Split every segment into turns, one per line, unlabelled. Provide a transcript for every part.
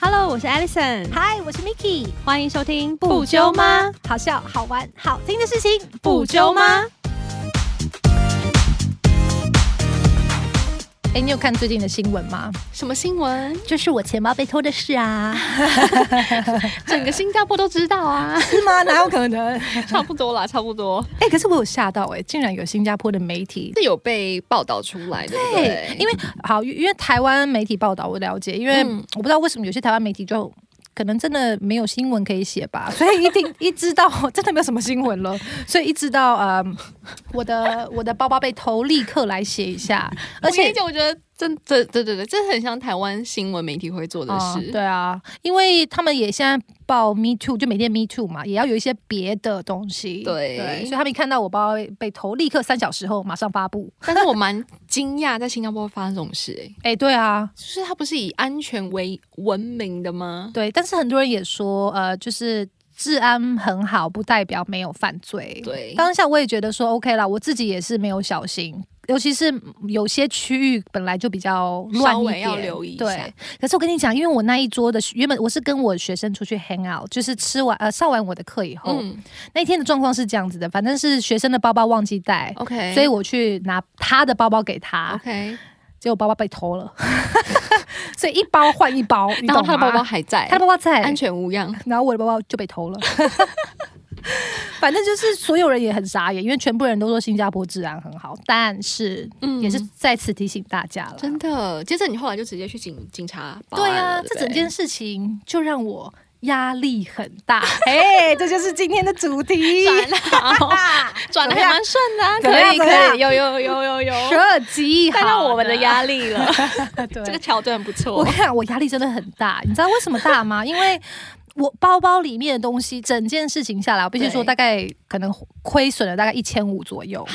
Hello，我是 Alison，
嗨，我是 Miki，
欢迎收听？？
好笑、好玩、好听的事情，？？哎、你有看最近的新闻吗？
什么新 闻？
就是我钱包被偷的事 啊，
整个新加坡都知道啊，
是吗？哪有可能？哎、
差不多啦，差不多。
可是我有吓 到哎、竟然有新加坡的媒体。
是有被报道出来，对不对？
因为好，因为台湾媒体报道我了解，因为
嗯
我不知道为什么有些台湾媒体就可能真的没有新闻可以写吧， 所以一定一知道真的没有什么新闻了， 所以一知道呃我的 我的包包被偷，立刻来写 一下，而
而且我跟
且
你讲我觉得真这对对对，这很像台湾新闻媒体会做的事。
哦对啊，因为他们也现在报 Me Too，就每天 Me Too 嘛，也要有一些别的东西。
对
所以他们一看到我包包被偷，立刻三小时后马上发布。
但是我蛮惊讶，在新加坡会发生这种事、欸， 哎，
哎，对啊，
就是它不是以安全为闻名的吗？
对，但是很多人也说，呃，就是。治安很好，不代表没有犯罪。
对呃
当下我也觉得说 OK 啦，我自己也是没有小心，尤其是有些区域本来就比较乱
稍
一
微
点，
要留意一下
对，可是我跟你讲，因为我那一桌的原本我是跟我学生出去 hang out，就是吃完呃上完我的课以后，
嗯
那天的状况是这样子的，反正是学生的包包忘记带。
哦，OK，哦
所以我去拿他的包包给他，
OK，
结果包包被 偷了， 所以一包换一包，你
然后
懂
他的包包
吗？
还在，
他的包包在，
安全无恙。
然后我的包包就被偷了。 反正就是所有人也很傻眼，因为全部人都说新加坡治安很好，但是
嗯
也是再次提醒大家了。
真的，接着你后来就直接去警警察报
对
案
啊，
了
这
不
整件事情就让我压力很 大。哎，这就是今天的主题。
转 了哦转的还蛮顺的、啊，
怎么样
可以
怎么样啊
可以，有有有有有，
设计
看到我们的
力，
压力 了，
对
这个桥段不
我
错
跟。你讲，我压力真的很大，你知道为什么大吗？因为我包包里面的东西，整件事情下来，我必须
对
说大概可能亏损了大概一千五左右。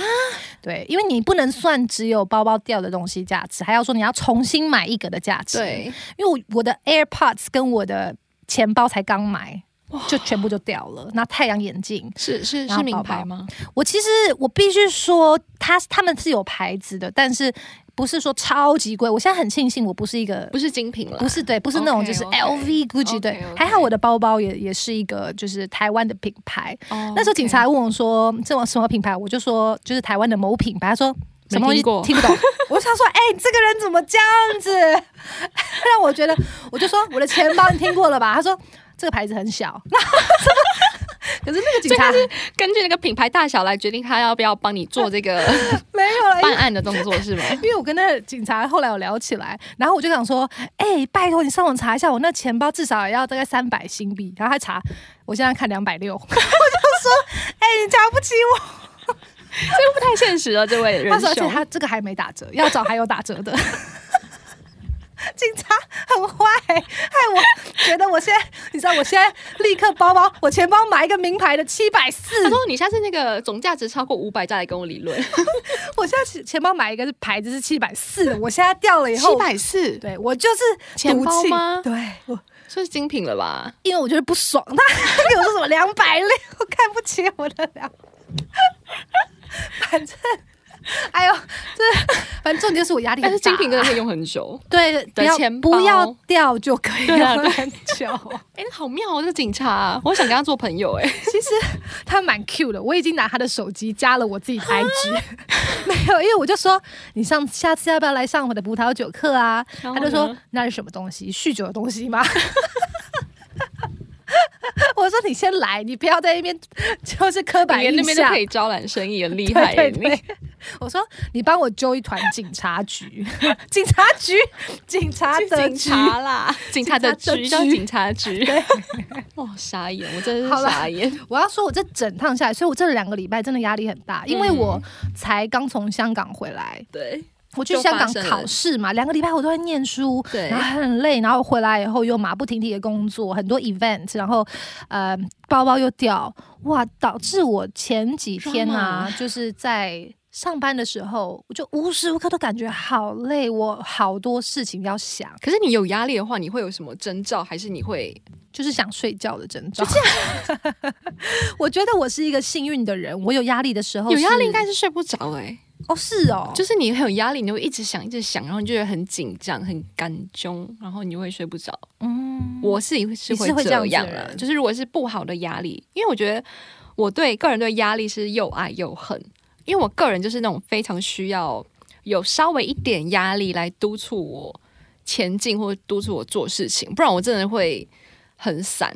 对，因为你不能算只有包包掉的东西价值，还要说你要重新买一个的价值。，
对，
因为我我的 AirPods 跟我的钱包才刚买。就全部就掉了。那太阳眼镜，
是是
然后
是名
包包
牌吗？
我其实我必须说，它他们是有牌子的，但是不是说超级贵。我现在很庆幸，我不是一个
不是精品了，
不是对，不是那种
OK，
就是
OK
LV、GUCCI 对
OK，OK
还好我的包包也也是一个就是台湾的品牌。
哦
那时候警察还问我说这种什么品牌，我就说就是台湾的某品牌，他说。什么东西
没听过
听不 懂？我就想说，哎、你这个人怎么这样子？ 让我觉得，我就说我的钱包你听过了吧？他说这个牌子很小， 那可是那个警察
根据那个品牌大小来决定他要不要帮你做这 个
没有了，因为
办案的动作， 是吗？
因为我跟那个警察后来有聊起来，然后我就想说，哎、拜托你上网查一下，我那钱包至少也要大概三百新币，然后他查，我现在看两百六，我 就说，哎、你瞧不起我。
这个不太现实了，啊这位
他
仁
说，而且
兄。
他这个还没打折，要找还有打折的。 警察很坏，害我觉得我现在，你知道，我现在立刻包包，我钱包买一个名牌的七百四
他，说：“你下次那个总价值超过五百再来跟我理 论。
我现在钱钱包买一个牌子是七百四，我现在掉了以后，
百四，
对我就是
钱
赌
包
气
吗
对，我
这是精品了吧？
因为我觉得不爽，他 给我说什么两百六，看不起我的两， 反正，哎呦，这反正重点就是我压力很
但
大，
是精品真的可以用很久。
对，不要
钱包
不要掉就可以
对啊
用很久。
哎、好妙哦，这个警察、我想跟他做朋友哎、
其实他蛮 Q 的，我已经拿他的手机加了我自己的 IG，没有，因为我就说你上下次要不要来上我的葡萄酒课啊？
然
他
后
就说
呢
那是什么东西？酗酒的东西吗？ 我说你先来，你不要在那边就是刻板
你连那
印
边都
象
可。以招揽生意，很厉害、
对
欸。
对对，我说你帮我揪一团警察局，警察局，警察
你
的
警
局，
察啦，警察的
警察的
局叫
局
警察局。哇，傻眼，我真的
好
是
啦
傻眼。
我要说，我这整趟下来，所以我这两个礼拜真的压力很大，因为
嗯
我才刚从香港回来，
对，
我去香港
就发生了
考试嘛，两个礼拜我都在念书，
对
然后很累，然后回来以后又马不停蹄的工作，很多 event，然后呃包包又掉，哇，导致我前几天啊，就是在。上班的时候，我就无时无刻都感觉好累，我好多事情要想，
可是你有压力的话，你会有什么征兆？还是你会
就是想睡觉的症状。 我觉得我是一个幸运的人，我有压力的时候
有压
是
力？应该是睡不着哎、
哦，是哦，
就是你很有压力，你会一直想，一直想，然后你就会很紧张、很干囂，然后你会睡不着。
嗯，
我自己是
你是会
会
这样
这
子的
样了，
人
就是如果是不好的压力，因为我觉得我对个人对压力是又爱又恨，因为我个人就是那种非常需要有稍微一点压力来督促我前进或督促我做事情，不然我真的会很散，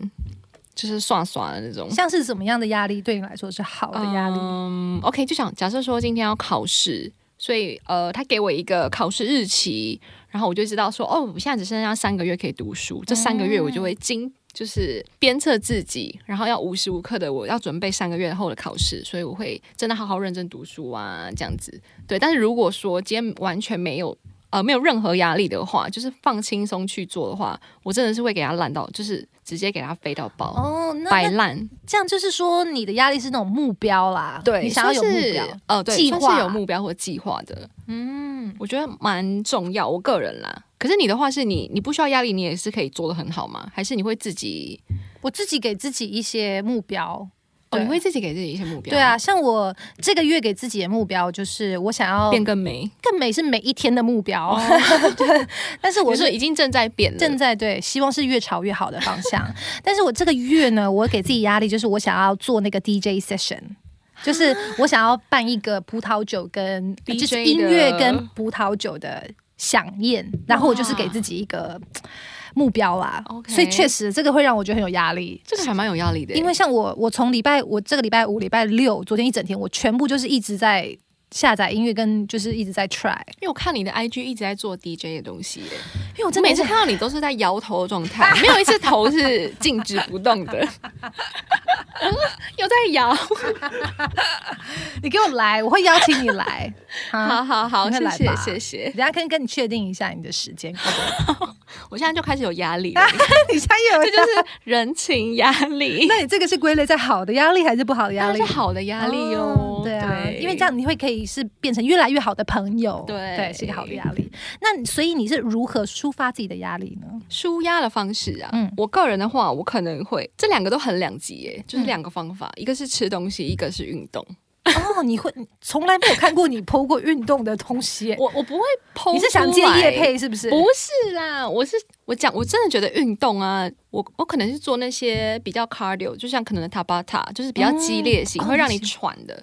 就是刷刷的那种。
像是怎么样的压力对你来说是好的压力？
嗯，OK，就想假设说今天要考试，所以呃，他给我一个考试日期，然后我就知道说，哦，我现在只剩下三个月可以读书，这三个月我就
嗯
会精。就是鞭策自己，然后要无时无刻的，我要准备三个月后的考试，所以我会真的好好认真读书啊，这样子。对，但是如果说今天完全没有呃没有任何压力的话，就是放轻松去做的话，我真的是会给他烂到，就是直接给他飞到爆，
哦，
摆
那那
烂。
这样就是说你的压力是那种目标啦，
对，
你想要有
算
目
是
标，，
呃，对，
计
算
划
是有目标或计划的，
嗯，
我觉得蛮重要。我个人啦，可是你的话是你，你不需要压力，你也是可以做的很好吗？还是你会自己，
我自己给自己一些目标。
哦，
对
你会自己给自己一些目标？
对啊，，像我这个月给自己的目标就是我想要
哦变更美。
更美是每一天的目标， 对。但是
我
我
是
是
已经正在变了，
正在对，希望是越朝越好的方向。 但是我这个月呢，我给自己压力就是我想要做那个 DJ session。就是我想要办一个葡萄酒跟
DJ
就是音乐
的
跟葡萄酒的飨宴，然后我就是
哇
给自己一个目标啦。
OK
所以确实这个会让我觉得很有压力，
这个还蛮有压力的耶，
因为像我，我从礼拜我这个礼拜五、礼拜六，昨天一整天，我全部就是一直在下载音乐，跟就是一直在 try，
因为我看你的 IG 一直在做 DJ 的东西耶，
因为我
我
哦真的
每
一直
次看到你都是在摇头的状态，没有一次头是静止不动 的， 有在摇。
你给我来，我会邀请你 来。
好
啊好，
好好，
你会
谢
来
谢
吧
谢谢
等，一下跟跟你确定一下你的时 间。
我现在就开始有压力了。
你现在有
这就是人情压 力，
那你这个是归类在好的压力还是不好的压
那
力
是？好的压力哦。
对啊，因为这样你会可以是变成越来越好的朋友，
对
对，是一个好的压 力。那你所以你是如何抒发自己的压力呢？
舒压的方式啊，
嗯
我个人的话，我可能会这两个都很两极耶，就是
嗯
两个方法，一个是吃东西，一个是运动。
哦，你会从来没有看过你剖过运动的东西耶，
我我不会剖，
你是想借叶？配是不是？
不是啦，我是我讲，我真的觉得运动啊，我我可能是做那些比较 cardio，就像可能的 Tabata，就是比较激烈型，
哦
会让
你
你喘的。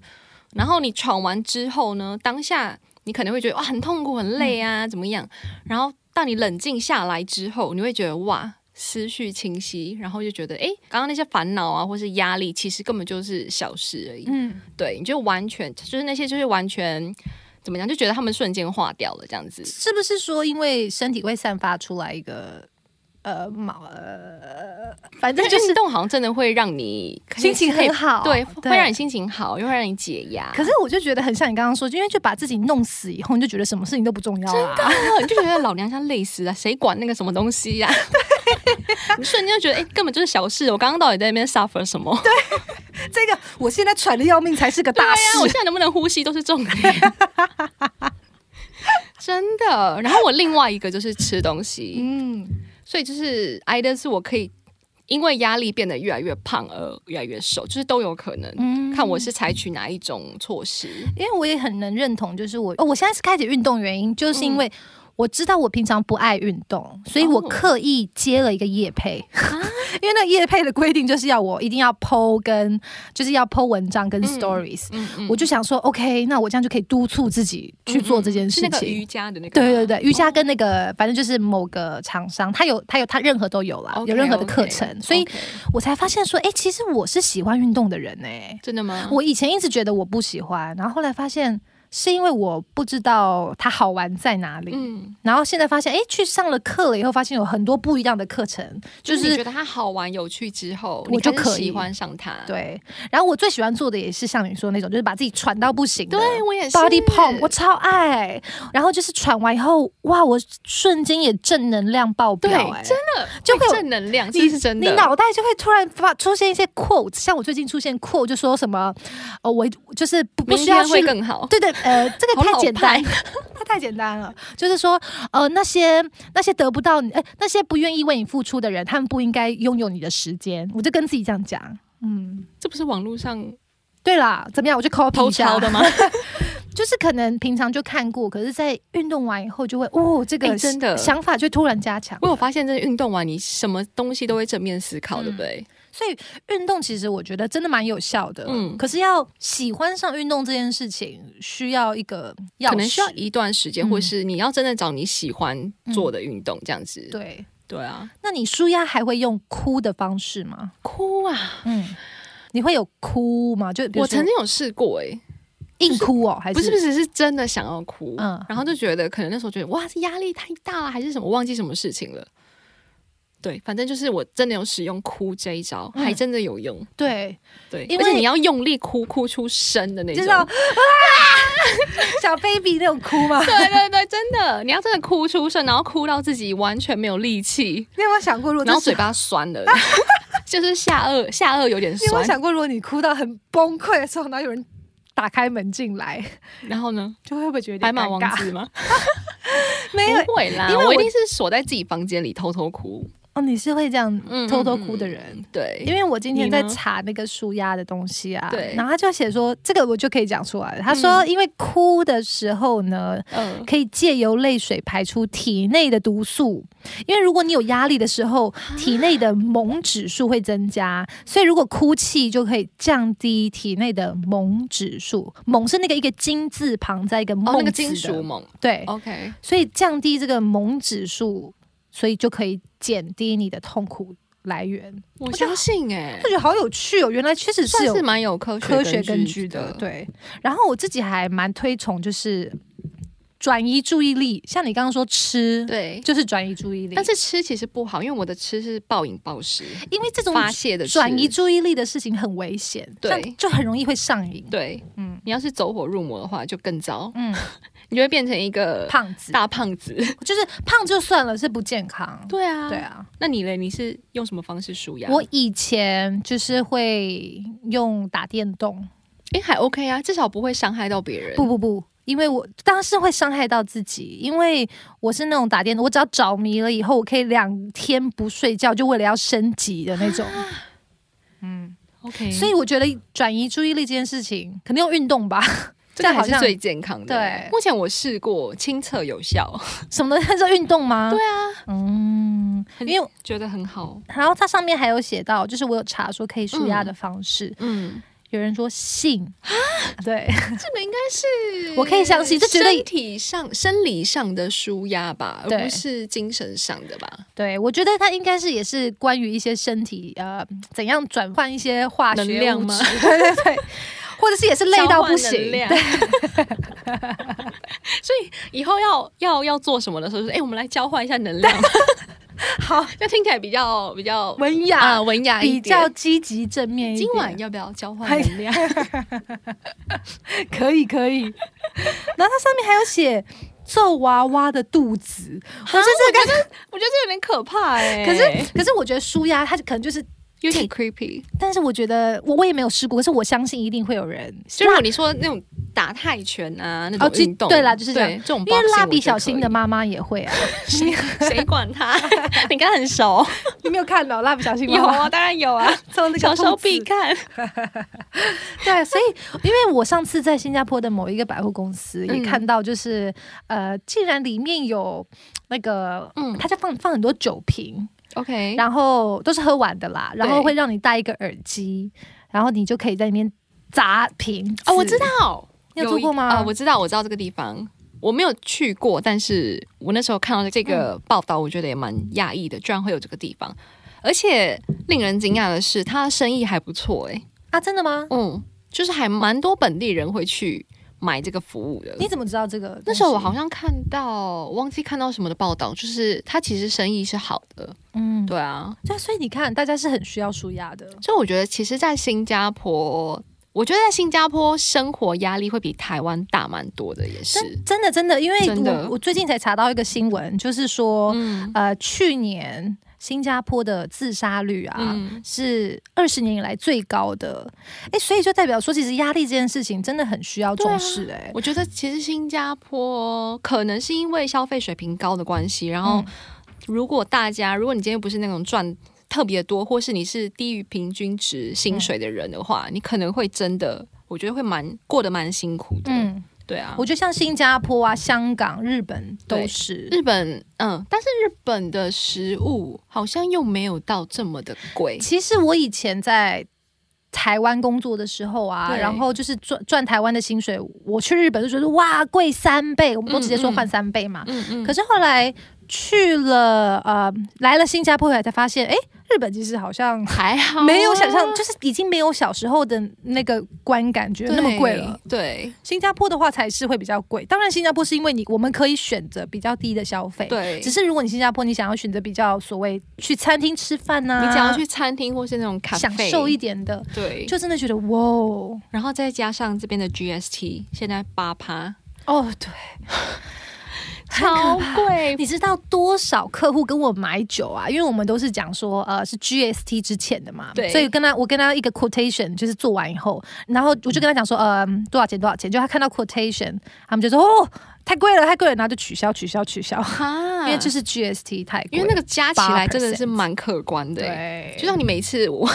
然后你喘完之后呢，当下你可能会觉得哇很痛苦、很累
嗯
啊，怎么样？然后当你冷静下来之后，你会觉得哇。思绪清晰，然后就觉得，诶，刚刚那些烦恼啊，或是压力，其实根本就是小事而已。
嗯，
对，你就完全就是那些，就是完全怎么样，就觉得他们瞬间化掉了，这样子。
是不是说因为身体会散发出来一个呃毛呃，反正
但
就
运
是
动好像真的会让你可以
心情很好，
可以对，会让你心情好，又会让你解压。
可是我就觉得很像你刚刚说，因为就把自己弄死以后，你就觉得什么事情都不重要啦、啊。
啊你就觉得老娘像累啊死了， 谁管那个什么东西 呀、你瞬间就觉得，哎、根本就是小事。我刚刚到底在那边 suffer 什么？对 啊
这个我现在喘的要命才是个大
呀、我
事。
现在能不能呼吸都是重点。 真的。然后我另外一个就是吃东西，
嗯，
所以就是挨的是我可以因为压力变得越来越胖而越来越瘦，就是都有可能。看我是采取哪一种措施。
嗯因为我也很能认同，就是我、哦、我现在是开始运动，原因就是因为。我知道我平常不爱运动，所以我
嗯哦啊
刻意接了一个夜配， 因为那个夜配的规定就是要我一定要 PO 跟就是要 PO 文章跟 stories，、
嗯嗯
我就想说 OK，那我这样就可以督促自己去做这件事
嗯是
情。
那个瑜伽的那个吗，
对对对，瑜伽跟那个、反正就是某个厂商，他有他有他任何都有啦
哦 OK，OK，
有任何的课程
OK
所以我才发现说，哎、其实我是喜欢运动的人哎、
真的吗？
我以前一直觉得我不喜欢，然后后来发现是因为我不知道它好玩在哪里，
嗯，
然后现在发现，哎、去上了课了以后，发现有很多不一样的课程，
就
就是
你
是。
觉得它好玩有趣之后，
我就
你开始
可以
喜欢上它。
对，然后我最喜欢做的也是像你说那种，就是把自己喘到不行的，
对，我也是
body pump，我超爱。然后就是喘完以后，哇，我瞬间也正能量爆
对，
表、哎，
真的
就会有
欸正能量，这
你
是真
你
的。
脑袋就会突然发出现一些 quote，像我最近出现 quote 就说什么，呃，我就是不不
明
需要
天会
去。
更好。
对对，呃，这个
好
太
老
简单
派，
它太简单了。就是说，呃，那些那些得不到你，哎、那些不愿意为你付出的人，他们不应该拥有你的时间。我就跟自己这样讲，嗯，
这不是网络上
对啦，怎么样？我就 copy
偷
一下
抄的吗？
就是可能平常就看过，可是在运动完以后就会哦，这个
哎真 的
想法就突然加强。
我有发现，真的运动完你什么东西都会正面思考，对不对？
所以运动其实我觉得真的蛮有效的，嗯，
嗯
可是要喜欢上运动这件事情，需嗯要一个钥匙，
可能需要一段时间，
嗯
或是你要真的找你喜欢做的运动这样子。
对。
对啊，
那你舒压还会用哭的方式吗？
哭啊！
嗯，你会有哭吗？就比如
我
说
曾经有试过、欸，
硬哭哦，还是
不是不是是真的想要哭，
嗯
然后就觉得可能那时候觉得哇，这压力太大了，还是什么忘记什么事情了。对，反正就是我真的有使用哭这一招，
嗯
还真的有用。
对，
对，
因
而且
为
你要用力哭，哭出声的那
就
种
是。要啊， 小 baby 那种哭 吗？
对对对，真的，你要真的哭出声，然后哭到自己完全没有力气，
你有没有想过，如果这
然后
时
嘴巴酸了， 就是下颚下颚有点
你有没有
酸。
想过，如果你哭到很崩溃的时候，然后有人打开门进来，
然后呢，
就会不会觉得有
白
点
马
尴
王
尬？
子吗？
没有
不会啦，
因为
我一
我
定是锁在自己房间里偷偷哭，
哦，你是会这样
嗯
偷偷哭的人。
对，
因为我今天
你
在
呢
查那个舒压的东西啊，
对
然后他就写说这个我就可以讲出来了。他说，因为哭的时候呢，
嗯、
可以借由泪水排出体内的毒素，因为如果你有压力的时候，
啊
体内的锰指数会增加，所以如果哭泣就可以降低体内的锰指数。锰是那个一个金字旁在一个
哦，那
梦
个
字
金
的
属哦锰
对，
，OK，
所以降低这个锰指数，所以就可以减低你的痛苦来源。
我
觉得
相信哎、
我觉得好有趣哦，原来确实是
算
有
是蛮有科学
科学根
据
据的，对。然后我自己还蛮推崇就是转移注意力，像你刚刚说吃，
对。
就是转移注意力。
但是吃其实不好，因为我的吃是暴饮暴食、
因为这种
发泄的吃
转移。注意力的事情很危险，
对
像就很容易会上瘾，
对，
嗯
嗯，你要是走火入魔的话，就更糟，
嗯，
你就会变成一个
胖子
大胖子。
就是胖就算了，是不健康。
对啊
对。啊，
那你嘞？你是用什么方式舒压？
我以前就是会用打电动，
哎、还 OK 啊，至少不会伤害到别人。
不，不不，因为我当时会伤害到自己，因为我是那种打电动，我只要着迷了以后，我可以两天不睡觉，就为了要升级的那种。
啊
嗯，
OK，
所以我觉得转移注意力这件事情，肯定用运动吧，
这个
这样好
还是
像
最健康的。
对
目前我试过，亲测有效，
什 么东西叫运动吗？对啊， 嗯，
很
因为
觉得很好。
然后它上面还有写到，就是我有查说可以舒压的方式，
嗯，
有人说性
啊
对，
这个应该是
我可以相信这绝对
身体上、生理上的舒压吧，
对
而不是精神上的吧？
对我觉得它应该是也是关于一些身体呃怎样转换一些化学
能量
物
吗
质，对对对，或者是也是累到不
交
行，
换能量
对
所以以后要要要做什么的时候，就是哎、我们来交换一下能量。
好，
那听起来比较比较
文雅、
啊文雅
比
一点。
较哎积极正面一点，
今晚要不要交换能量？
可以可以。 然后它上面还有写皱娃娃的肚子，我真是感觉，
我觉得这有点可怕哎、
可是可是我觉得舒压它可能就是。
有点 creepy。
但是我觉得我我也没有试过，可是我相信一定会有人，
就如果你说那种打泰拳啊那
哦
种
这
运动，
对啦就是这样
对这种 boxing
因
我觉得
为
可以，
蜡笔小新的妈妈也会啊，
谁管 他？你跟他很熟？
你没有看到蜡笔小新
有 啊，当然有 啊，
从那
小时候必看。
对，所以因为我上次在新加坡的某一个百货公司也
嗯
看到，就是、呃，竟然里面有那个，嗯
嗯，
它就放放很多酒瓶，
OK，
然后都是喝完的啦，然后
对
会让你戴一个耳机，然后你就可以在里面砸瓶
哦，我
子
知道，
你有哦
一
做过吗
啊、我知道，我知道这个地方，我没有去过，但是我那时候看到这个报道，我觉得也蛮讶异的，居然会有这个地方。而且令人惊讶的是，他生意还不错、诶，
啊，真的吗？
嗯，就是还蛮多本地人会去买这个服务的。
你怎么知道这个东西？
那时候我好像看到，忘记看到什么的报道，就是他其实生意是好的，
嗯，
对啊，
对啊，所以你看，大家是很需要舒压的，
所以我觉得，其实，在新加坡，我觉得在新加坡生活压力会比台湾大蛮多的，也是。
真真的真的，因为
真的
我我最近才查到一个新闻，就是说，
嗯
呃，去年新加坡的自杀率啊。
嗯，
是二十年以来最高的，诶，所以就代表说，其实压力这件事情真的很需要重视、诶，
我觉得其实新加坡可能是因为消费水平高的关系，然
嗯
后如果大家，如果你今天不是那种赚特别多，或是你是低于平均
嗯
值薪水的人的话，你可能会真的，我觉得会蛮过得蛮辛苦的。
嗯，
对啊，
我觉得像新加坡啊、香港、日本都
对
是。
日本，嗯，但是日本的食物好像又没有到这么的贵，
其实我以前在台湾工作的时候啊，
对
然后就是赚赚台湾的薪水，我去日本就觉得哇贵三倍，我们都直接说
嗯嗯
换三倍嘛。
嗯嗯
可是后来去了呃来了新加坡以后才发现，哎，日本其实好像。
还好啊，
没有想象，就是已经没有小时候的那个观感觉那么贵了。
对
新加坡的话才是会比较贵，当然新加坡是因为你我们可以选择比较低的消费，
对，
只
是
是如果你新加坡，你想要选择比较所谓去餐厅吃饭呐、
你只要去餐厅或是那种咖啡，
享受一点的，
对，
就真的觉得哇哦，
然后再加上这边的 GST 现在八趴，
哦对，
超贵，
你知道多少客户跟我买酒啊？因为我们都是讲说，呃，是 GST 之前的嘛，
对
所以跟他我跟他一个 quotation 就是做完以后，然后我就跟他讲说，呃，多少钱多少钱，就他看到 quotation，他们就说哦，太贵了太贵了，然后就取消取消取消，
哈
因为这是 GST 太贵，
啊因为那个加起来
8%
真的是蛮可观的、欸。
对，
就像你每次我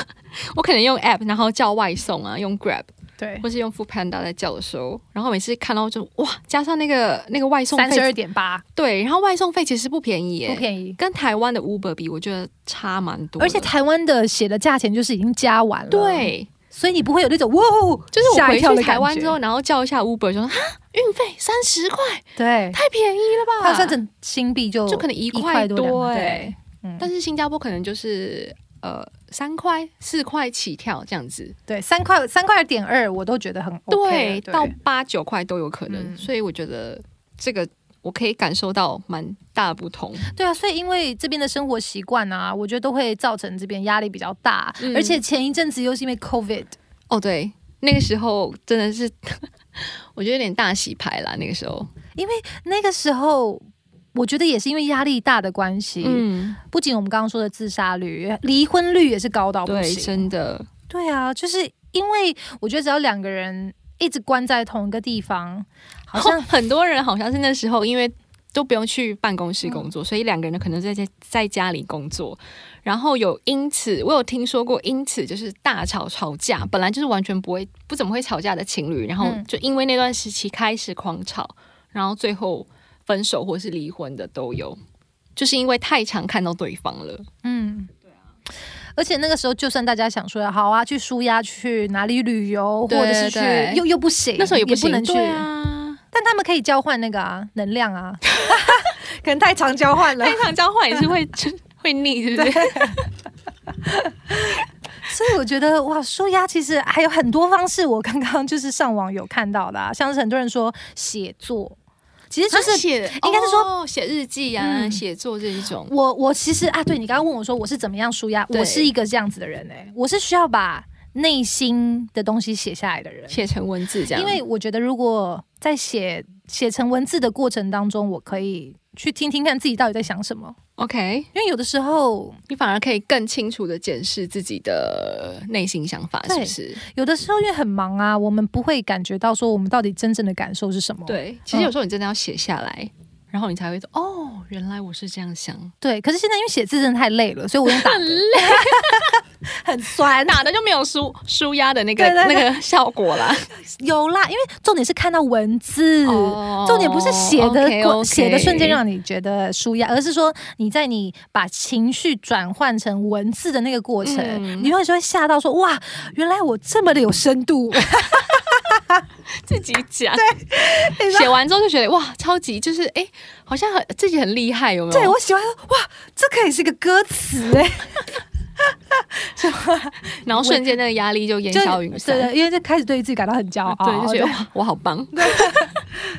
我可能用 app，然后叫外送啊，用 Grab
对
或是用 Food Panda 在叫的时候，然后每次看到就哇，加上那个那个外送
三十二
费，
点八
对，然后外送费其实不便宜、欸，
不便宜。
跟台湾的 Uber 比，我觉得差蛮多的，
而且台湾的写的价钱就是已经加完了，，
对，
所以你不会有那种哇哦，
就是我
吓
回
一跳的
去台湾
感觉
之后，，然后叫一下 Uber，就说哈，运费三十块，
对，
太便宜了吧？
换算成新币就
啊就可能一
块
块
多
多哎、
两对
欸
嗯
但是新加坡可能就是呃三块四块起跳这样子，
对，三块三块点二我都觉得很 OK 了对，
到八九块都有可能，
嗯
所以我觉得这个我可以感受到蛮大不同，
对啊，所以因为这边的生活习惯啊，我觉得都会造成这边压力比较大，
嗯
而且前一阵子又是因为 COVID，
哦对，那个时候真的是 我觉得有点大洗牌啦，那个时候，
那个时候。我觉得也是因为压力大的关系，
嗯，
不仅我们刚刚说的自杀率、离婚率也是高到不
对，
行。
真的，
对啊，就是因为我觉得只要两个人一直关在同一个地方，好 像
很多人好像是那时候因为。都不用去办公室工
嗯
作，所以两个人可能在家在家里工作，然后有因此，我有听说过，因此就是大吵吵架，本来就是完全不会不怎么会吵架的情侣，然后
嗯
就因为那段时期开始狂吵，然后最后分手或是离婚的都有，就是因为太常看到对方了。
嗯，而且那个时候，就算大家想说好啊，去舒压，去哪里旅游，
对
或者是
对
去，又又不行，
那时候也
也
不行
能去，
对啊，
但他们可以交换那个啊，能量 啊，可能太常交换 了
太常交换也是会就会腻，是不 是？
所以我觉得哇，舒压其实还有很多方式。我刚刚就是上网有看到的、啊，像是很多人说写作，其 实就是。
写，
应该是说
哦写、日记啊、
嗯
写作这一种。
我我其实啊，对你刚刚问我说我是怎么样舒压，
对
我是一个这样子的人哎、我是需要把内心的东西写下来的人，
写成文字这样，
因为我觉得如果在写写成文字的过程当中，我可以去听听看自己到底在想什么，
OK，
因为有的时候
你反而可以更清楚的检视自己的内心想法，
对
是不是？
有的时候因为很忙啊，我们不会感觉到说我们到底真正的感受是什么。
对，其实有时候你真的要写下来，然后你才会说，哦，原来我是这样想，
对，可是现在因为写字真的太累了，所以我用打的，很酸。
打的就没有舒舒压的那个
对对对
那个效果啦。
有啦，因为重点是看到文字。
哦
重点不是写的过
OK，OK
写的瞬间让你觉得舒压，而是说你在你把情绪转换成文字的那个过程，
嗯
你永远就会吓到说哇，原来我这么的有深度。
自己讲，写完之后就觉得哇，超级就是哎、好像很自己很厉害，有没有？
对我喜欢哇，这可以是个歌词哎、
然后瞬间那个压力就烟
就
消云散，
对对，因为就开始对自己感到很骄傲，
对，就觉得哇，我好棒，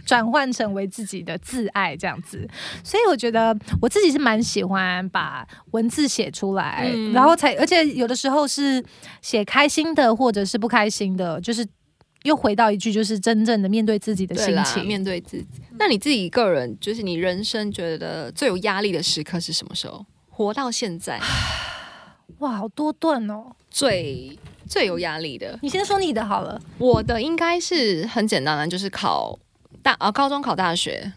转换成为自己的自爱这样子。所以我觉得我自己是蛮喜欢把文字写出来，
嗯
然后才而且有的时候是写开心的或者是不开心的，就是又回到一句，就是真正的面对自己的
对
心
啦，
情。嗯
面对自己。那你自己个人，就是你人生觉得最有压力的时刻是什么时候？活到现 在
哇，好多段哦！
最最有压力的，
你先说你的好了。
我的应该是很简单的，啊就是考大啊，高中考大学。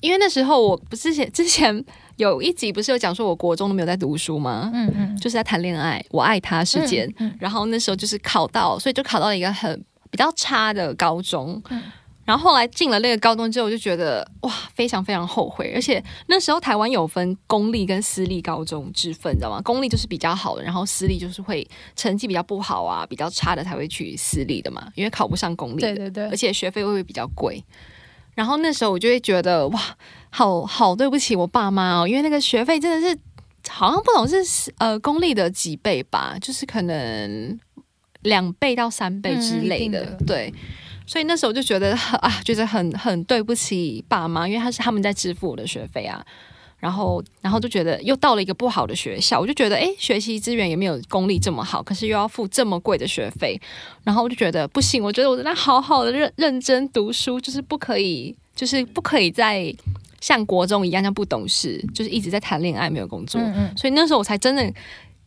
因为那时候我不之前之前有一集不是有讲说，我国中都没有在读书吗？
嗯嗯，
就是在谈恋爱，我爱他时间。然后那时候就是考到，所以就考到了一个很比较差的高中。
嗯
然后后来进了那个高中之后，我就觉得哇，非常非常后悔。而且那时候台湾有分公立跟私立高中之分，你知道吗？公立就是比较好的，然后私立就是会成绩比较不好啊，比较差的才会去私立的嘛，因为考不上公立
对
的，
对对
而，且学费会比较贵。然后那时候我就会觉得哇，好好对不起我爸妈哦，因为那个学费真的是好像不懂是呃公立的几倍吧，就是可能两倍到三倍之类的，
嗯一定
对。所以那时候就觉得 啊，觉得很很对不起爸妈，因为他是他们在支付我的学费啊。然后，然后就觉得又到了一个不好的学校，我就觉得，诶，学习资源也没有公立这么好，可是又要付这么贵的学费，然后我就觉得不行，我觉得我真的好好的认认真读书，就是不可以，就是不可以再像国中一样，像不懂事，就是一直在谈恋爱没有工作。
嗯嗯，
所以那时候我才真的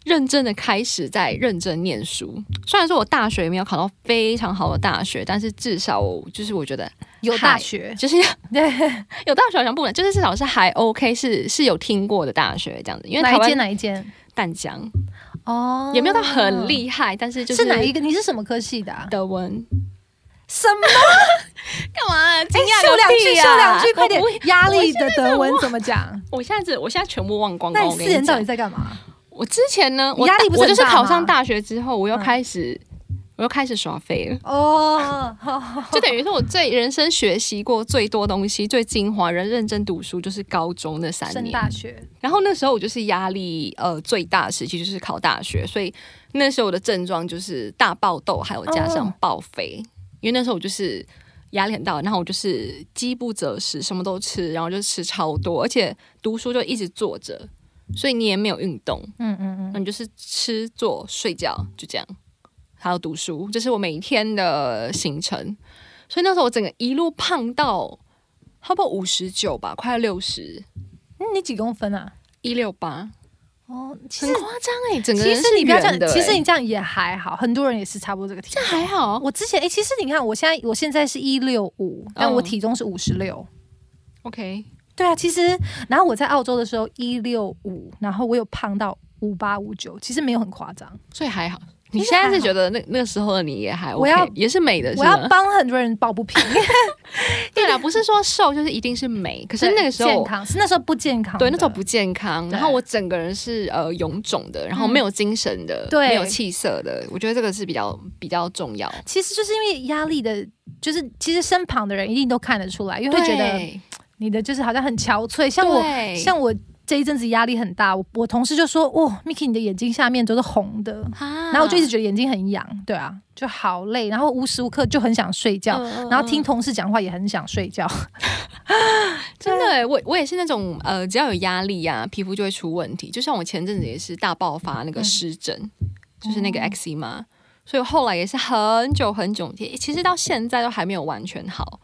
认真的开始在认真念书。虽然说我大学没有考到非常好的大学，但是至少我就是我觉得
有大
嗨
学，
就是
对，
有大学好像不能，就是至少是还 OK，是是有听过的大学这样子。因为
哪
台
一间
湾
哪一间？
淡江
哦
也没有到很厉害，但啊是就是
哪一个？哦你是什么科系的啊？
德文
什么？
干嘛？惊
哎，
讶
秀
个
两句，
屁呀
秀两句，快点
我不！
压力的德文怎么讲？
我现在只我现在全部忘光
那
光。
你
我
四
跟你
年到
讲
底，在干 嘛？
我之前呢，我
压力
大
不是
我就是
很大
考
吗
上大学之后，我又
嗯
开始。我又开始耍废了，
哦，好好
就等于是我最人生学习过最多东西、最精华、人认真读书，就是高中那三
升
年。
大学，
然后那时候我就是压力呃最大的时期，就是考大学，所以那时候我的症状就是大爆痘，还有加上
哦
爆肥，因为那时候我就是压力很大，然后我就是饥不择食，什么都吃，然后就吃超多，而且读书就一直坐着，所以你也没有运动，
嗯嗯
那你就是吃、坐、睡觉，就这样，还有读书，这是我每一天的呃行程。所以那时候我整个一路胖到差不多五十九吧，快六十。
嗯，你几公分啊？
一六八，
哦，其
很
实
夸张哎，整个
其
人
实
是
你不要这
圆的
样，
欸
其实你这样也还好，很多人也是差不多这个体
这
重。
还好，我
我之前哎、其实你看，我现在我现在是一六五，但
嗯
我体重是五十六。
OK，
对啊，其实然后我在澳洲的时候一六五，然后我有胖到五八五九，其实没有很夸张。
所以还好。你
其实
现在
还
是
好
觉得那那时候的你也还 OK，
我要
也是美的是
我
吗，
要帮很多人抱不平，
对啦，不是说瘦就是一定是美， 可是那个时
健
候
康是那时候不健康的，
对那时候不健康，
对
然后我整个人是呃臃肿的，然后
嗯
没有精神的，
对
没有气色的，我觉得这个是比较比较重要，
其实就是因为压力的，就是其实身旁的人一定都看得出来，因为会觉得
对
你的就是好像很憔悴，像我
对
像我这一阵子压力很大，我我同事就说，哦，Miki 你的眼睛下面都是红的，
啊
然后我就一直觉得眼睛很痒，对啊，就好累，然后无时无刻就很想睡觉。
嗯嗯
然后听
嗯
同事讲话也很想睡觉，
真的欸，我我也是那种呃，只要有压力啊，皮肤就会出问题。就像我前阵子也是大爆发那个
嗯
湿疹，就是那个 eczema，、所以我后来也是很久很久，其其实到现在都还没有完全好。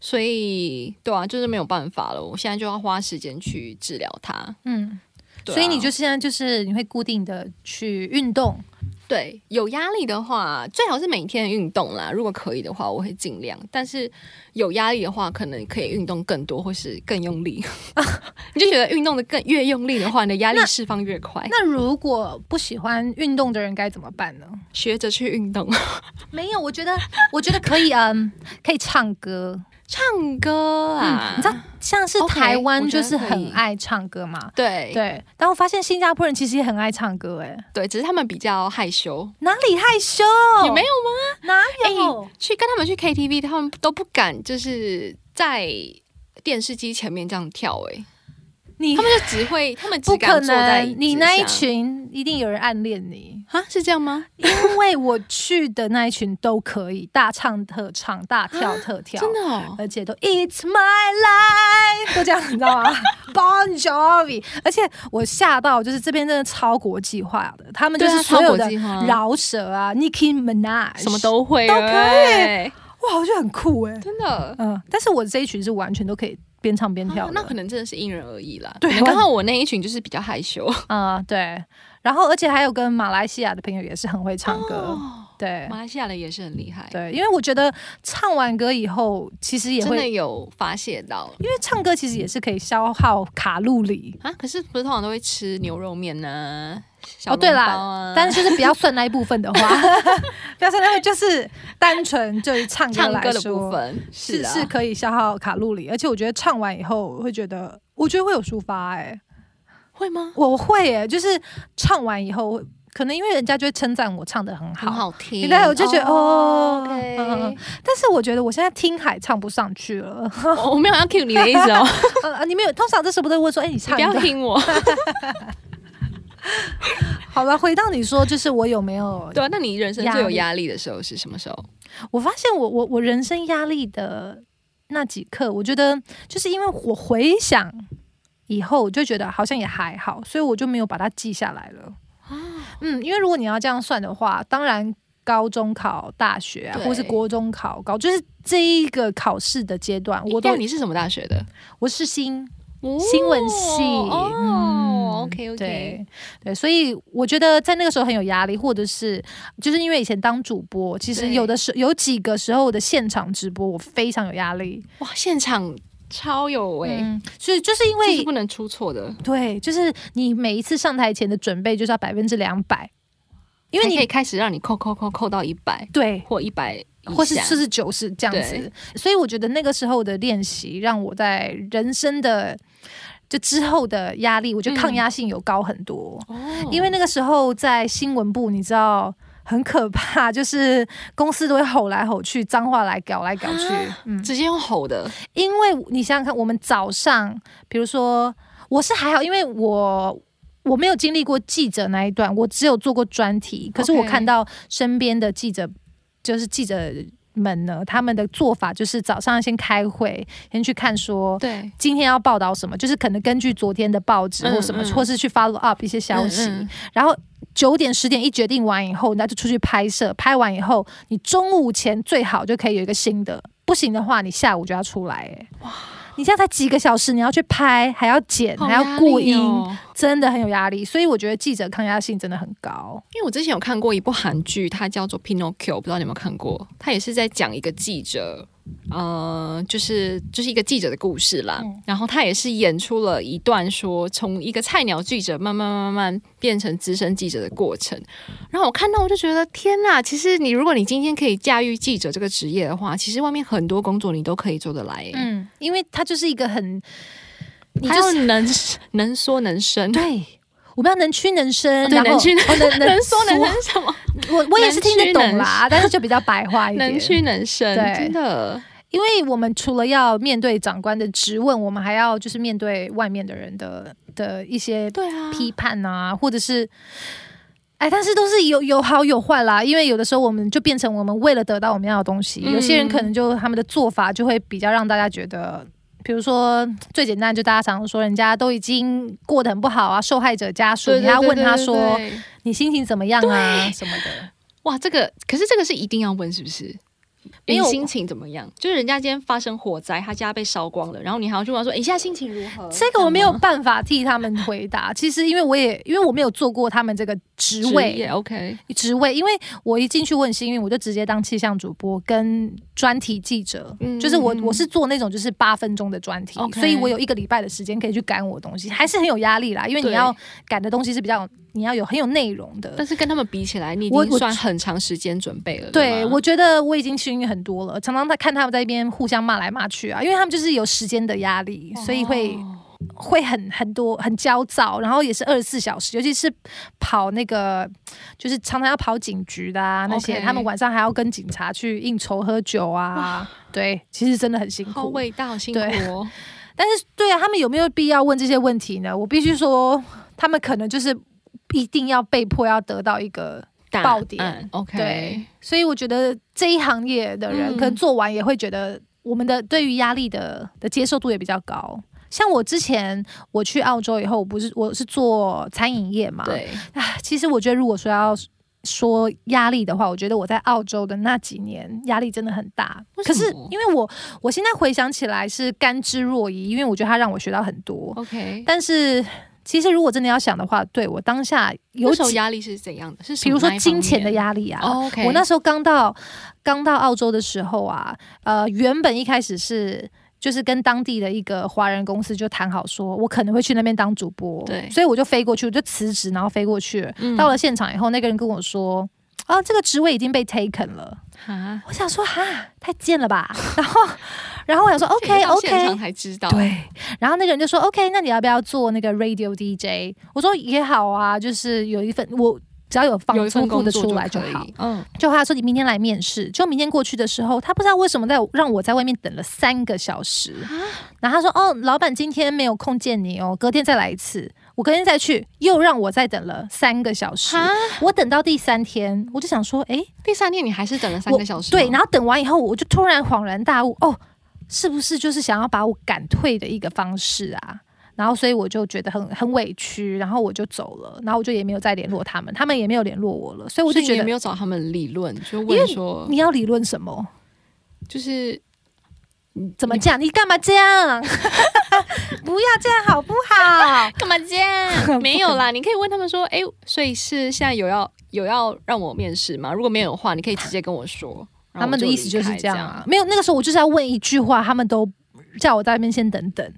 所以，对啊，就是没有办法了。我现在就要花时间去治疗它。
嗯，
对啊
所以你就现在就是你会固定的去运动，
对有压力的话，最好是每天运动啦。如果可以的话，我会尽量。但是有压力的话，可能可以运动更多，或是更用 力。你就觉得运动的更越用力的话，你的压力
那
释放越快。
那如果不喜欢运动的人该怎么办呢？
学着去运动，
没有，我觉得，我觉得可以，嗯， 可以唱歌，
唱歌啊，
嗯，你知道，像是
OK，
台湾
我觉
就
得
是
可以
很爱唱歌嘛，
对
对。但我发现新加坡人其实也很爱唱歌、诶，哎，
对，只是他们比较害羞，
哪里害羞？
也没有
哪有
哎？去跟他们去 KTV，他们都不敢，就是在电视机前面这样跳、哎，
你
他们就只会，他们只
不可
敢坐在
能
椅，子
你那一
上，
群一定有人暗恋你
啊，是这样吗？
因为我去的那一群都可以大唱特唱、大跳特跳，
真的哦，
而且都 It's my life，都这样，你知 道吗？Bon Jovi，而且我吓到，就是这边真的超国际化的，他们就
对
是
啊超
所有
国
的
际化
饶舌啊，Nicki Minaj，
什么都会，都
可以
以，
哇，我觉得很酷哎、
真的。
嗯，但是我这一群是完全都可以边唱边跳
啊
的，
那可能真的是因人而异啦。
对
可能刚好我那一群就是比较害羞，
嗯啊、对。然后，而且还有跟马来西亚的朋友也是很会唱歌，
哦
对
马来西亚的也是很厉害，
对，因为我觉得唱完歌以后，其实也
真
会，
的有发泄到
因为唱歌其实也是可以消耗卡路里，
啊。可是不是通常都会吃牛肉面呢、小
哦对啦
笼包啊
但是就是不要算那一部分的 话，不要算那，就是单纯就是唱歌
唱
来
歌的部
说，
分
是
啊，
是可以消耗卡路里，而且我觉得唱完以后会觉得，我觉得会有抒发哎、
会吗？
我会耶、就是唱完以后，可能因为人家就会称赞我唱的很好，
很好听，
你看我就觉得哦
OK
嗯但是我觉得我现在听海唱不上去了。
我我没有要 cue 你的意思哦，
呃，你们有通常这时候不都会问说，哎、你
你
唱
不
一
要
段
听 我。
好了，回到你说，就是我有没有？
对啊，那你人生
压
最有
力
压力的时候是什么时候？
我发现我我我人生压力的那几刻，我觉得就是因为我回想以后，我就觉得好像也还好，所以我就没有把它记下来了。
哦
嗯，因为如果你要这样算的话，当然高中考大学啊，
对
或是国中考高，就是这一个考试的阶段，我
我
都
哎你是什么大学的？
我是新新闻系，嗯
哦，OK OK，
对对，所以我觉得在那个时候很有压力，或者是就是因为以前当主播，其实
对
有的时有几个时候的现场直播，我非常有压力。
哇，现场超有为，
嗯，所以就是因
这是
为
不能出错的，
对，就是你每一次上台前的准备就是要百分之两百，因为
还可
你
以开始让你扣扣扣扣到一百
对。
或一百，
或是四十九是这样子，所以我觉得那个时候的练习让我在人生的就之后的压力，我
嗯
觉得抗压性有高很多。
哦
因为那个时候在新闻部，你知道很可怕，就是公司都会吼来吼去，脏话来搞来搞去。
啊
嗯，
直接用吼的，
因为你想想看，我们早上，比如说我是还好，因为我。我没有经历过记者那一段，我只有做过专题。可是我
OK
看到身边的记者就是记者们呢，他们的做法就是早上先开会，先去看说
对，
今天要报道什么，就是可能根据昨天的报纸或什么，
嗯嗯
或是去 follow up 一些消息。然后九点十点一决定完以后，那就出去拍摄。拍完以后，你中午前最好就可以有一个新的，不行的话，你下午就要出来、欸。哇！你现在才几个小时，你要去拍，还要剪，
好
还
压
要
力
过
哦
音，真的很有压力。所以我觉得记者抗压性真的很高。
因为我之前有看过一部韩剧，它叫做《Pinocchio》，不知道你有没有看过？它也是在讲一个记者，呃，就是就是一个记者的故事啦。
嗯
然后他也是演出了一段说，从一个菜鸟记者慢慢慢慢变成资深记者的过程。然后我看到我就觉得，天呐！其实你如果你今天可以驾驭记者这个职业的话，其实外面很多工作你都可以做得来、欸。
嗯，因为它就是一个很，你
他
就
要
是
能 能说能伸，
对。我们要能屈能伸，
哦对
然后
能屈
哦能
能说能
缩
伸什 么？
我我也是听得懂啦，但是就比较白话一 点。
能屈能伸，
对
真的。
因为我们除了要面对长官的质问，我们还要就是面对外面的人的的一些
对啊，
批判啊，或者是。哎，但是都是有有好有坏啦，因为有的时候我们就变成我们为了得到我们要的东西，
嗯
有些人可能就他们的做法就会比较让大家觉得，比如说最简单就大家常说人家都已经过得很不好啊，受害者家属
对
你还要问他，
对
说
对对对对
你心情怎么样啊什么的，
哇，这个可是这个是一定要问，是不是？
没
你
有
心情怎么样？就是人家今天发生火灾，他家被烧光了，然后你还要去问他说：“诶你现在心情如何？”
这个我没
嗯
有办法替他们回答。 其实，因为我也因为我没有做过他们这个职
也
位
OK，
职位，因为我一进去问幸运，我就直接当气象主播跟专题记者，
嗯
就是我
嗯嗯
我是做那种就是八分钟的专题
OK
所以我有一个礼拜的时间可以去赶我东西，还是很有压力啦，因为你
对
要赶的东西是比较你要有很有内容的。
但是跟他们比起来，你已
我
经
我
算很长时间准备了。
对，
吗
我觉得我已经幸运很多了。常常在看他们在一边互相骂来骂去啊，因为他们就是有时间的压力，所以会
哦
会很很多很焦躁，然后也是二十四小时，尤其是跑那个就是常常要跑警局的啊那些
OK
他们晚上还要跟警察去应酬喝酒啊，对，其实真的很辛
好
苦。
伟大，好辛苦
对
哦。
但是对啊，他们有没有必要问这些问题呢？我必须说，他们可能就是一定要被迫要得到一个，
答
爆点
案，OK，
对所以我觉得这一行业的人
嗯
可能做完也会觉得我们的对于压力的的接受度也比较高。像我之前我去澳洲以后，我不是我是做餐饮业嘛，
对，
啊，其实我觉得，如果说要说压力的话，我觉得我在澳洲的那几年压力真的很大。
为
可
什
是
么
因为我我现在回想起来是甘之若饴，因为我觉得它让我学到很多。
OK，
但是其实如果真的要想的话，对我当下有
那时候
几，
压力是怎样的？是
比如说金钱的压力啊。
力。哦 OK，
我那时候刚到刚到澳洲的时候啊，呃，原本一开始是。就是跟当地的一个华人公司就谈好说，我可能会去那边当主播，
对
所以我就飞过去，我就辞职，然后飞过去。
嗯
到了现场以后，那个人跟我说：“啊，这个职位已经被 taken 了。”
啊
我想说哈，太贱了吧。 然后，然后我 想说
这也
OK
到现场
OK，
才知道。
对。然后那个人就说 OK，那你要不要做那个 radio DJ？我说也好啊，就是有一份我。只要有
有
房
一
租
份
付
工
得
作
出来
就
就
可
好。
以，嗯，
就他说你明天来面试，就明天过去的时候，他不知道为什么在让我在外面等了三个小时。然后他说哦，老板今天没有空见你哦，隔天再来一次。我隔天再去，又让我再等了三个小时
哈。
我等到第三天，我就想说，诶，
第三天你还是等了三
我
个小时吗，
对，然后等完以后，我就突然恍然大悟，哦，是不是就是想要把我赶退的一个方式啊？然后，所以我就觉得很很委屈，然后我就走了，然后我就也没有再联络他们，他们也没有联络我了，所以我
所
就
以你
觉
也
得
没有找他们理论，就
因为
问说
你要理论什么？
就是
怎么讲？你干嘛这样？ 不要这样好不好？
啊干 嘛这
不可
样？没有啦，你可以问他们说，哎、所以是现在有要有要让我面试吗？如果没有的话，你可以直接跟我 说。然
他
后我
们的意思就
离
是
开
这
这
样啊，没有那个时候我就是要问一句话，他们都叫我在那边先等等，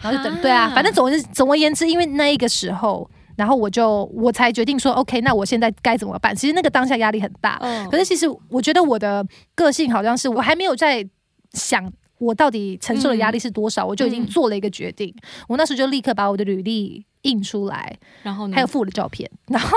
然后就等。对啊，反正总之总而言之，因为那一个时候，然后我就我才决定说，OK，那我现在该怎么办？其实那个当下压力很大，
嗯
可是其实我觉得我的个性好像是我还没有在想。我到底承受的压力是多少？我就已经
嗯
做了一个决定。我那时候就立刻把我的履历印出来，
然后呢？
还有附我的照片， 然后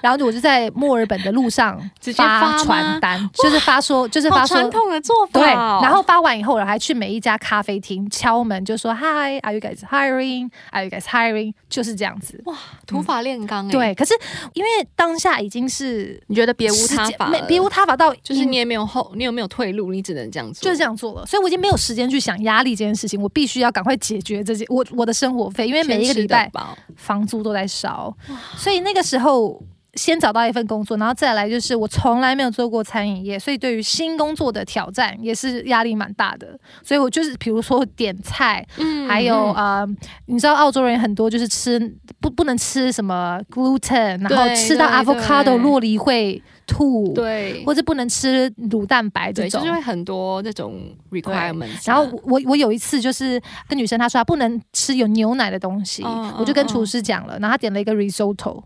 然后我就在墨尔本的路上
直接
发
发吗
传单，就是发说，就是发
好
说
传。统的做法、
对，
哦。
然后发完以后，我还去每一家咖啡厅敲门，就说 “Hi，Are you guys hiring? Are you guys hiring？” 就是这样子。
哇，土法炼钢哎、
对，可是因为当下已经是
你觉得别无他
时间
法
没
了，嗯
别无他法到嗯
就是你也没有后，你有没有退路？你只能这样做，
就是这样做了，所以我已经没有时间去想压力这件事情，我必须要赶快解决这件我我的生活费，因为
天
每一个
吃
礼
得
拜
饱
房租都在烧，所以那个时候先找到一份工作，然后再来就是我从来没有做过餐饮业，所以对于新工作的挑战也是压力蛮大的。所以我就是比如说点菜，
嗯
还有呃，你知道澳洲人很多就是吃不不能吃什么 gluten，然后
对
吃到
对
avocado
对
落梨会吐，
对，
或者不能吃乳蛋白这
对，就
种
是。会很多那种 requirements 啊。
然后我我有一次就是跟女生她说她不能吃有牛奶的东西，
嗯
我就跟
嗯
厨师讲了，然后她点了一个 risotto，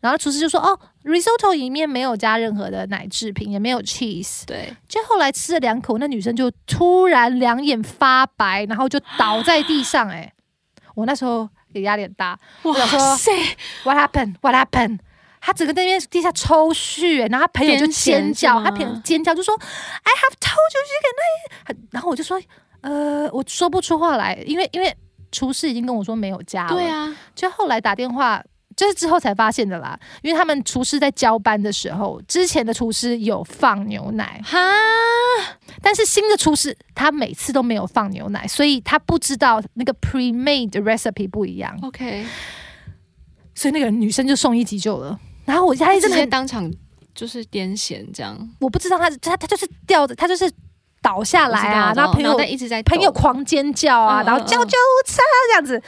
然后厨师就说哦 risotto 里面没有加任何的奶制品，也没有 cheese。
对，
就后来吃了两口，那女生就突然两眼发白，然后就倒在地上、哎，我那时候也压力很大
哇塞，
，What happened? What happened? 她整个在那边地下抽搐、哎然后她朋友就
癫痫是
尖叫，她朋友
吗
尖叫就说 I have told you 然后我就说，呃，我说不出话来，因为因为厨师已经跟我说没有加了，
对，啊，
就后来打电话。就是之后才发现的啦，因为他们厨师在交班的时候，之前的厨师有放牛奶，
哈，
但是新的厨师他每次都没有放牛奶，所以他不知道那个 pre-made recipe 不一样，
OK，
所以那个女生就送医急救了。然后我压力
直
真的很
接当场就是癫痫这样。
我不知道他他他就是掉着，他就是倒下来啊
我，知道
然后朋友
脑袋一直在抖
朋友狂尖叫啊，
嗯
然后
嗯
叫
嗯
救车这样子，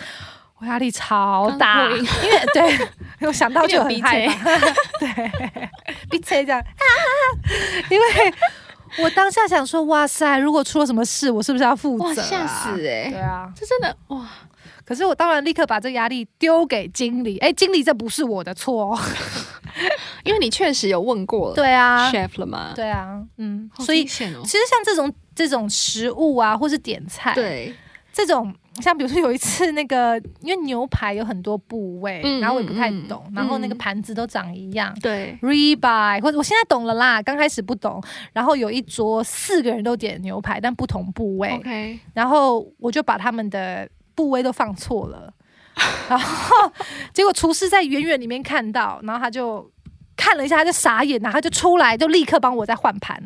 我压力超大，
刚
因
破音
为对 我想到就很
有点
害 怕，对， 逼车这样啊，因为我当下想说，哇塞，如果出了什么事，我是不是要负
哇
责、啊？
吓死哎、
对啊，
这真的哇！
可是我当然立刻把这个压力丢给经理，哎，经理这不是我的错、哦，
因为你确实有问过
对啊，
chef 了嘛，
对啊，嗯，
好
所以
惊险哦
其，实像这种这种食物啊，或是点菜，，
对，
这种像比如说有一次那个，因为牛排有很多部位，
嗯
然后我也不太懂，
嗯嗯
然后那个
嗯
盘子都长一样。
对，
ribeye，或者我现在懂了啦，刚开始不懂。然后有一桌四个人都点牛排，但不同部位
OK，
然后我就把他们的部位都放错了， 然后结果厨师在远远里面看到，然后他就看了一下，他就傻眼，然后他就出来，就立刻帮我再换盘。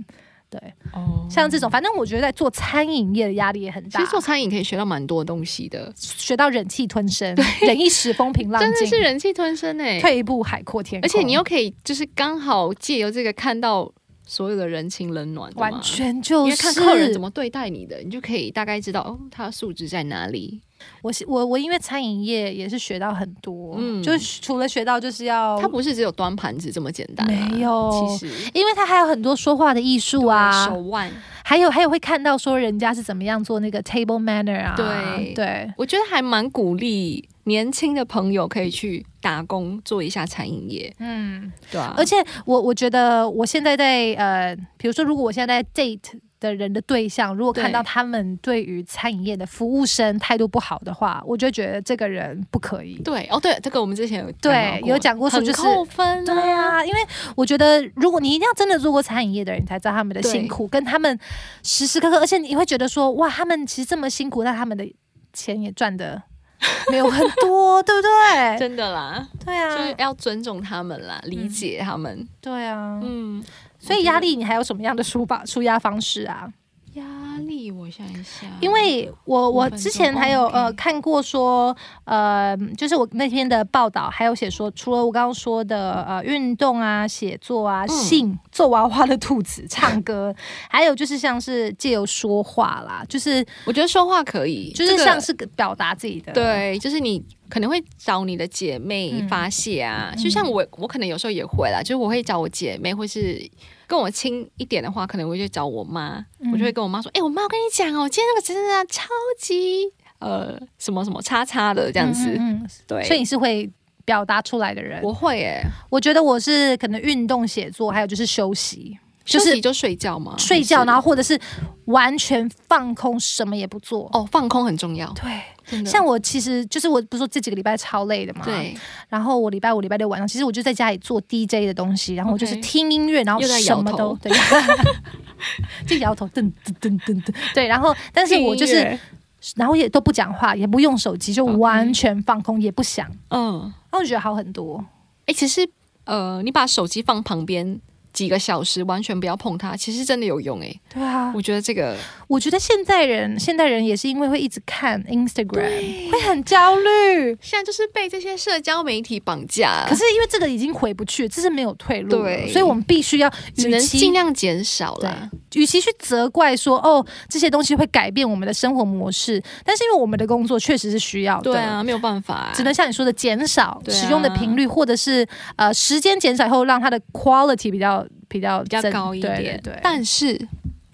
对，
哦，
像这种，反正我觉得在做餐饮业的压力也很
其
大，
实做餐饮可以学到蛮多东西的，
学到忍气吞声，忍一时风平浪
真的
静，
是人气吞声哎、
退一步海阔天空。
而且你又可以就是刚好借由这个看到所有的人情冷暖的嘛，
完全
因
就
为
是
哦看客人怎么对待你的，你就可以大概知道哦，他的素质在哪里。
我是我我因为餐饮业也是学到很多，
嗯
就是除了学到就是要
它不是只有端盘子这么简单、啊，
哦没有
其实
因为他还有很多说话的艺术啊，
手腕。
还有还有会看到说人家是怎么样做那个 table manner 啊，
对
对，
我觉得还蛮鼓励年轻的朋友可以去打工做一下餐饮业，
嗯，
对啊，
而且我我觉得我现在在呃，比如说如果我现在在 date 的人的对象，如果看
对
到他们对于餐饮业的服务生态度不好的话，我就觉得这个人不可以。
对哦，对，这个我们之前有
对
到
有讲过说
很
就是
扣分、
对啊，因为我觉得，如果你一定要真的做过餐饮业的人，你才知道他们的辛苦，跟他们时时刻刻，而且你会觉得说，哇，他们其实这么辛苦，但他们的钱也赚的没有很多，对不 对？
真的啦，
对
就是
啊，
要尊重他们啦，理解他们。
对啊。
嗯，
所以压力，你还有什么样的抒发抒压方式啊？
压力，我想一下，
因为我
五
我
分嗯
之
钟
前还有呃
OK
看过说呃，就是我那天的报道还有写说，除了我刚刚说的呃运动啊、写作
嗯
啊、性、做娃娃的兔子、唱歌， 还有就是像是借由说话啦，就是
我觉得说话可以，
就是像是表达自己的
这个、对，就是你可能会找你的姐妹
嗯
发泄啊，
嗯
就像我，我可能有时候也会啦，就是我会找我姐妹，或是跟我亲一点的话，可能我就找我妈，
嗯
我就会跟我妈说，哎、我妈，我跟你讲哦，今天那个真的超级呃什么什么叉叉的这样子，
嗯嗯嗯
对，
所以你是会。表达出来的人，
我
我
会诶、
我觉得我是可能运动、写作，还有就是休息、就是
休息就睡觉嘛，
睡觉，
还是
然后或者是完全放空，什么也不做。
哦放空很重要，
对，
真的
像我其实就是我不是说这几个礼拜超累的嘛，。
对，
然后我礼拜五、礼拜六晚上，其实我就在家里做 DJ 的东西，然后我就是听音乐，然后
又在
什
摇
么都
头
对，就摇头，噔噔噔噔噔，对。然后，但是我就
听
是
音，乐
然后也都不讲话，也不用手机，就
OK
完全放空，也不想。
嗯。
然后我觉得好很多，
哎、其实呃，你把手机放旁边几个小时，完全不要碰它，其实真的有用哎、
对啊，
我觉得这个
我觉得现代人，现代人也是因为会一直看 Instagram，会很焦虑。
现在就是被这些社交媒体绑架
可是因为这个已经回不去，这是没有退路了，
对
所以我们必须要
只能
与其
尽量减少啦。
与其去责怪说哦这些东西会改变我们的生活模式，但是因为我们的工作确实是需要的，
对啊，没有办法、啊，
只能像你说的减少、
对啊
使用的频率，或者是呃时间减少以后，让它的 quality 比较比较比
比较高一点。
对对但
但是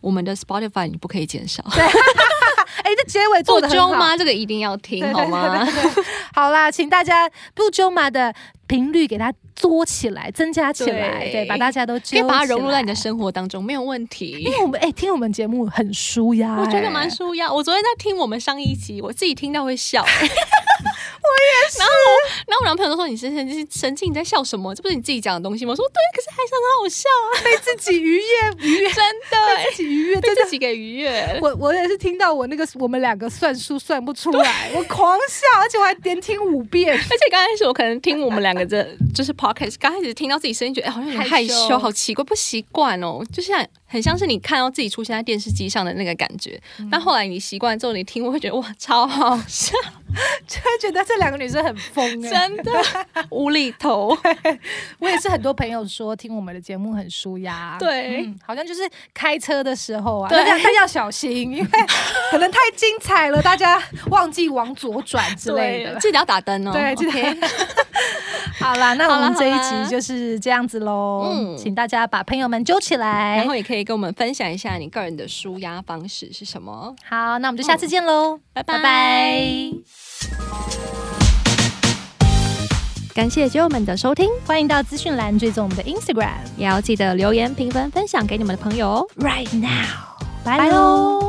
我们的 Spotify 你不可以减少，
哎，这结尾做
不
的很
周
好，
吗？这个一定要听
对
好吗？？
对对对对好啦，请大家不揪麻的频率给它多起来，增加起来，对，
对
把大家都
可
揪
以把它融入
起
在
来
你的。生活当中，没有问题
因。为我们哎、听我们节目很舒压、
我觉得蛮
哎
舒压。我昨天在听我们上一集，我自己听到会 笑、我也是。然后我，然后我男朋友都说：“你神神经神经，你在笑什么？这不是你自己讲的东西吗？”我说：“对，可是还是很好笑啊，
被 自己愉悦愉悦，
真的、
自己愉悦，
被
真的
自己给愉悦。
我我也是听到我那个我们两个算数算不出来，我狂笑，而且我还连听五 遍。
而且刚开始我可能听我们两个的，就是 podcast，刚开始听到自己声音，觉得哎、好像有点害
害
羞，
羞
好奇怪，不习惯哦，就像很像是你看到自己出现在电视机上的那个感觉。
嗯
但后来你习惯之后，你听我会觉得哇，超好 笑，
就会觉得这两个女生很疯哎、
真的无厘头。
我也是很多朋友说听我们的节目很舒压，
对
嗯，好像就是开车的时候啊，
对
大家大家要小心， 因为可能太精彩了，大家忘记往左转之
对
类的。
记得要打灯哦。
对，记得
OK
好啦，那我
好
们
啦
这一
好啦
集就是这样子喽，
嗯
请大家把朋友们揪起来
哎然。后也可以跟我们分享一下你个人的舒压方式是什么。
好，那我们就下次见喽、
拜拜
拜拜
感谢酒友们的收听，
欢迎到资讯栏追踪我们的 Instagram
也要记得留言、评分、分享给你们的朋友哦。
right now，拜喽。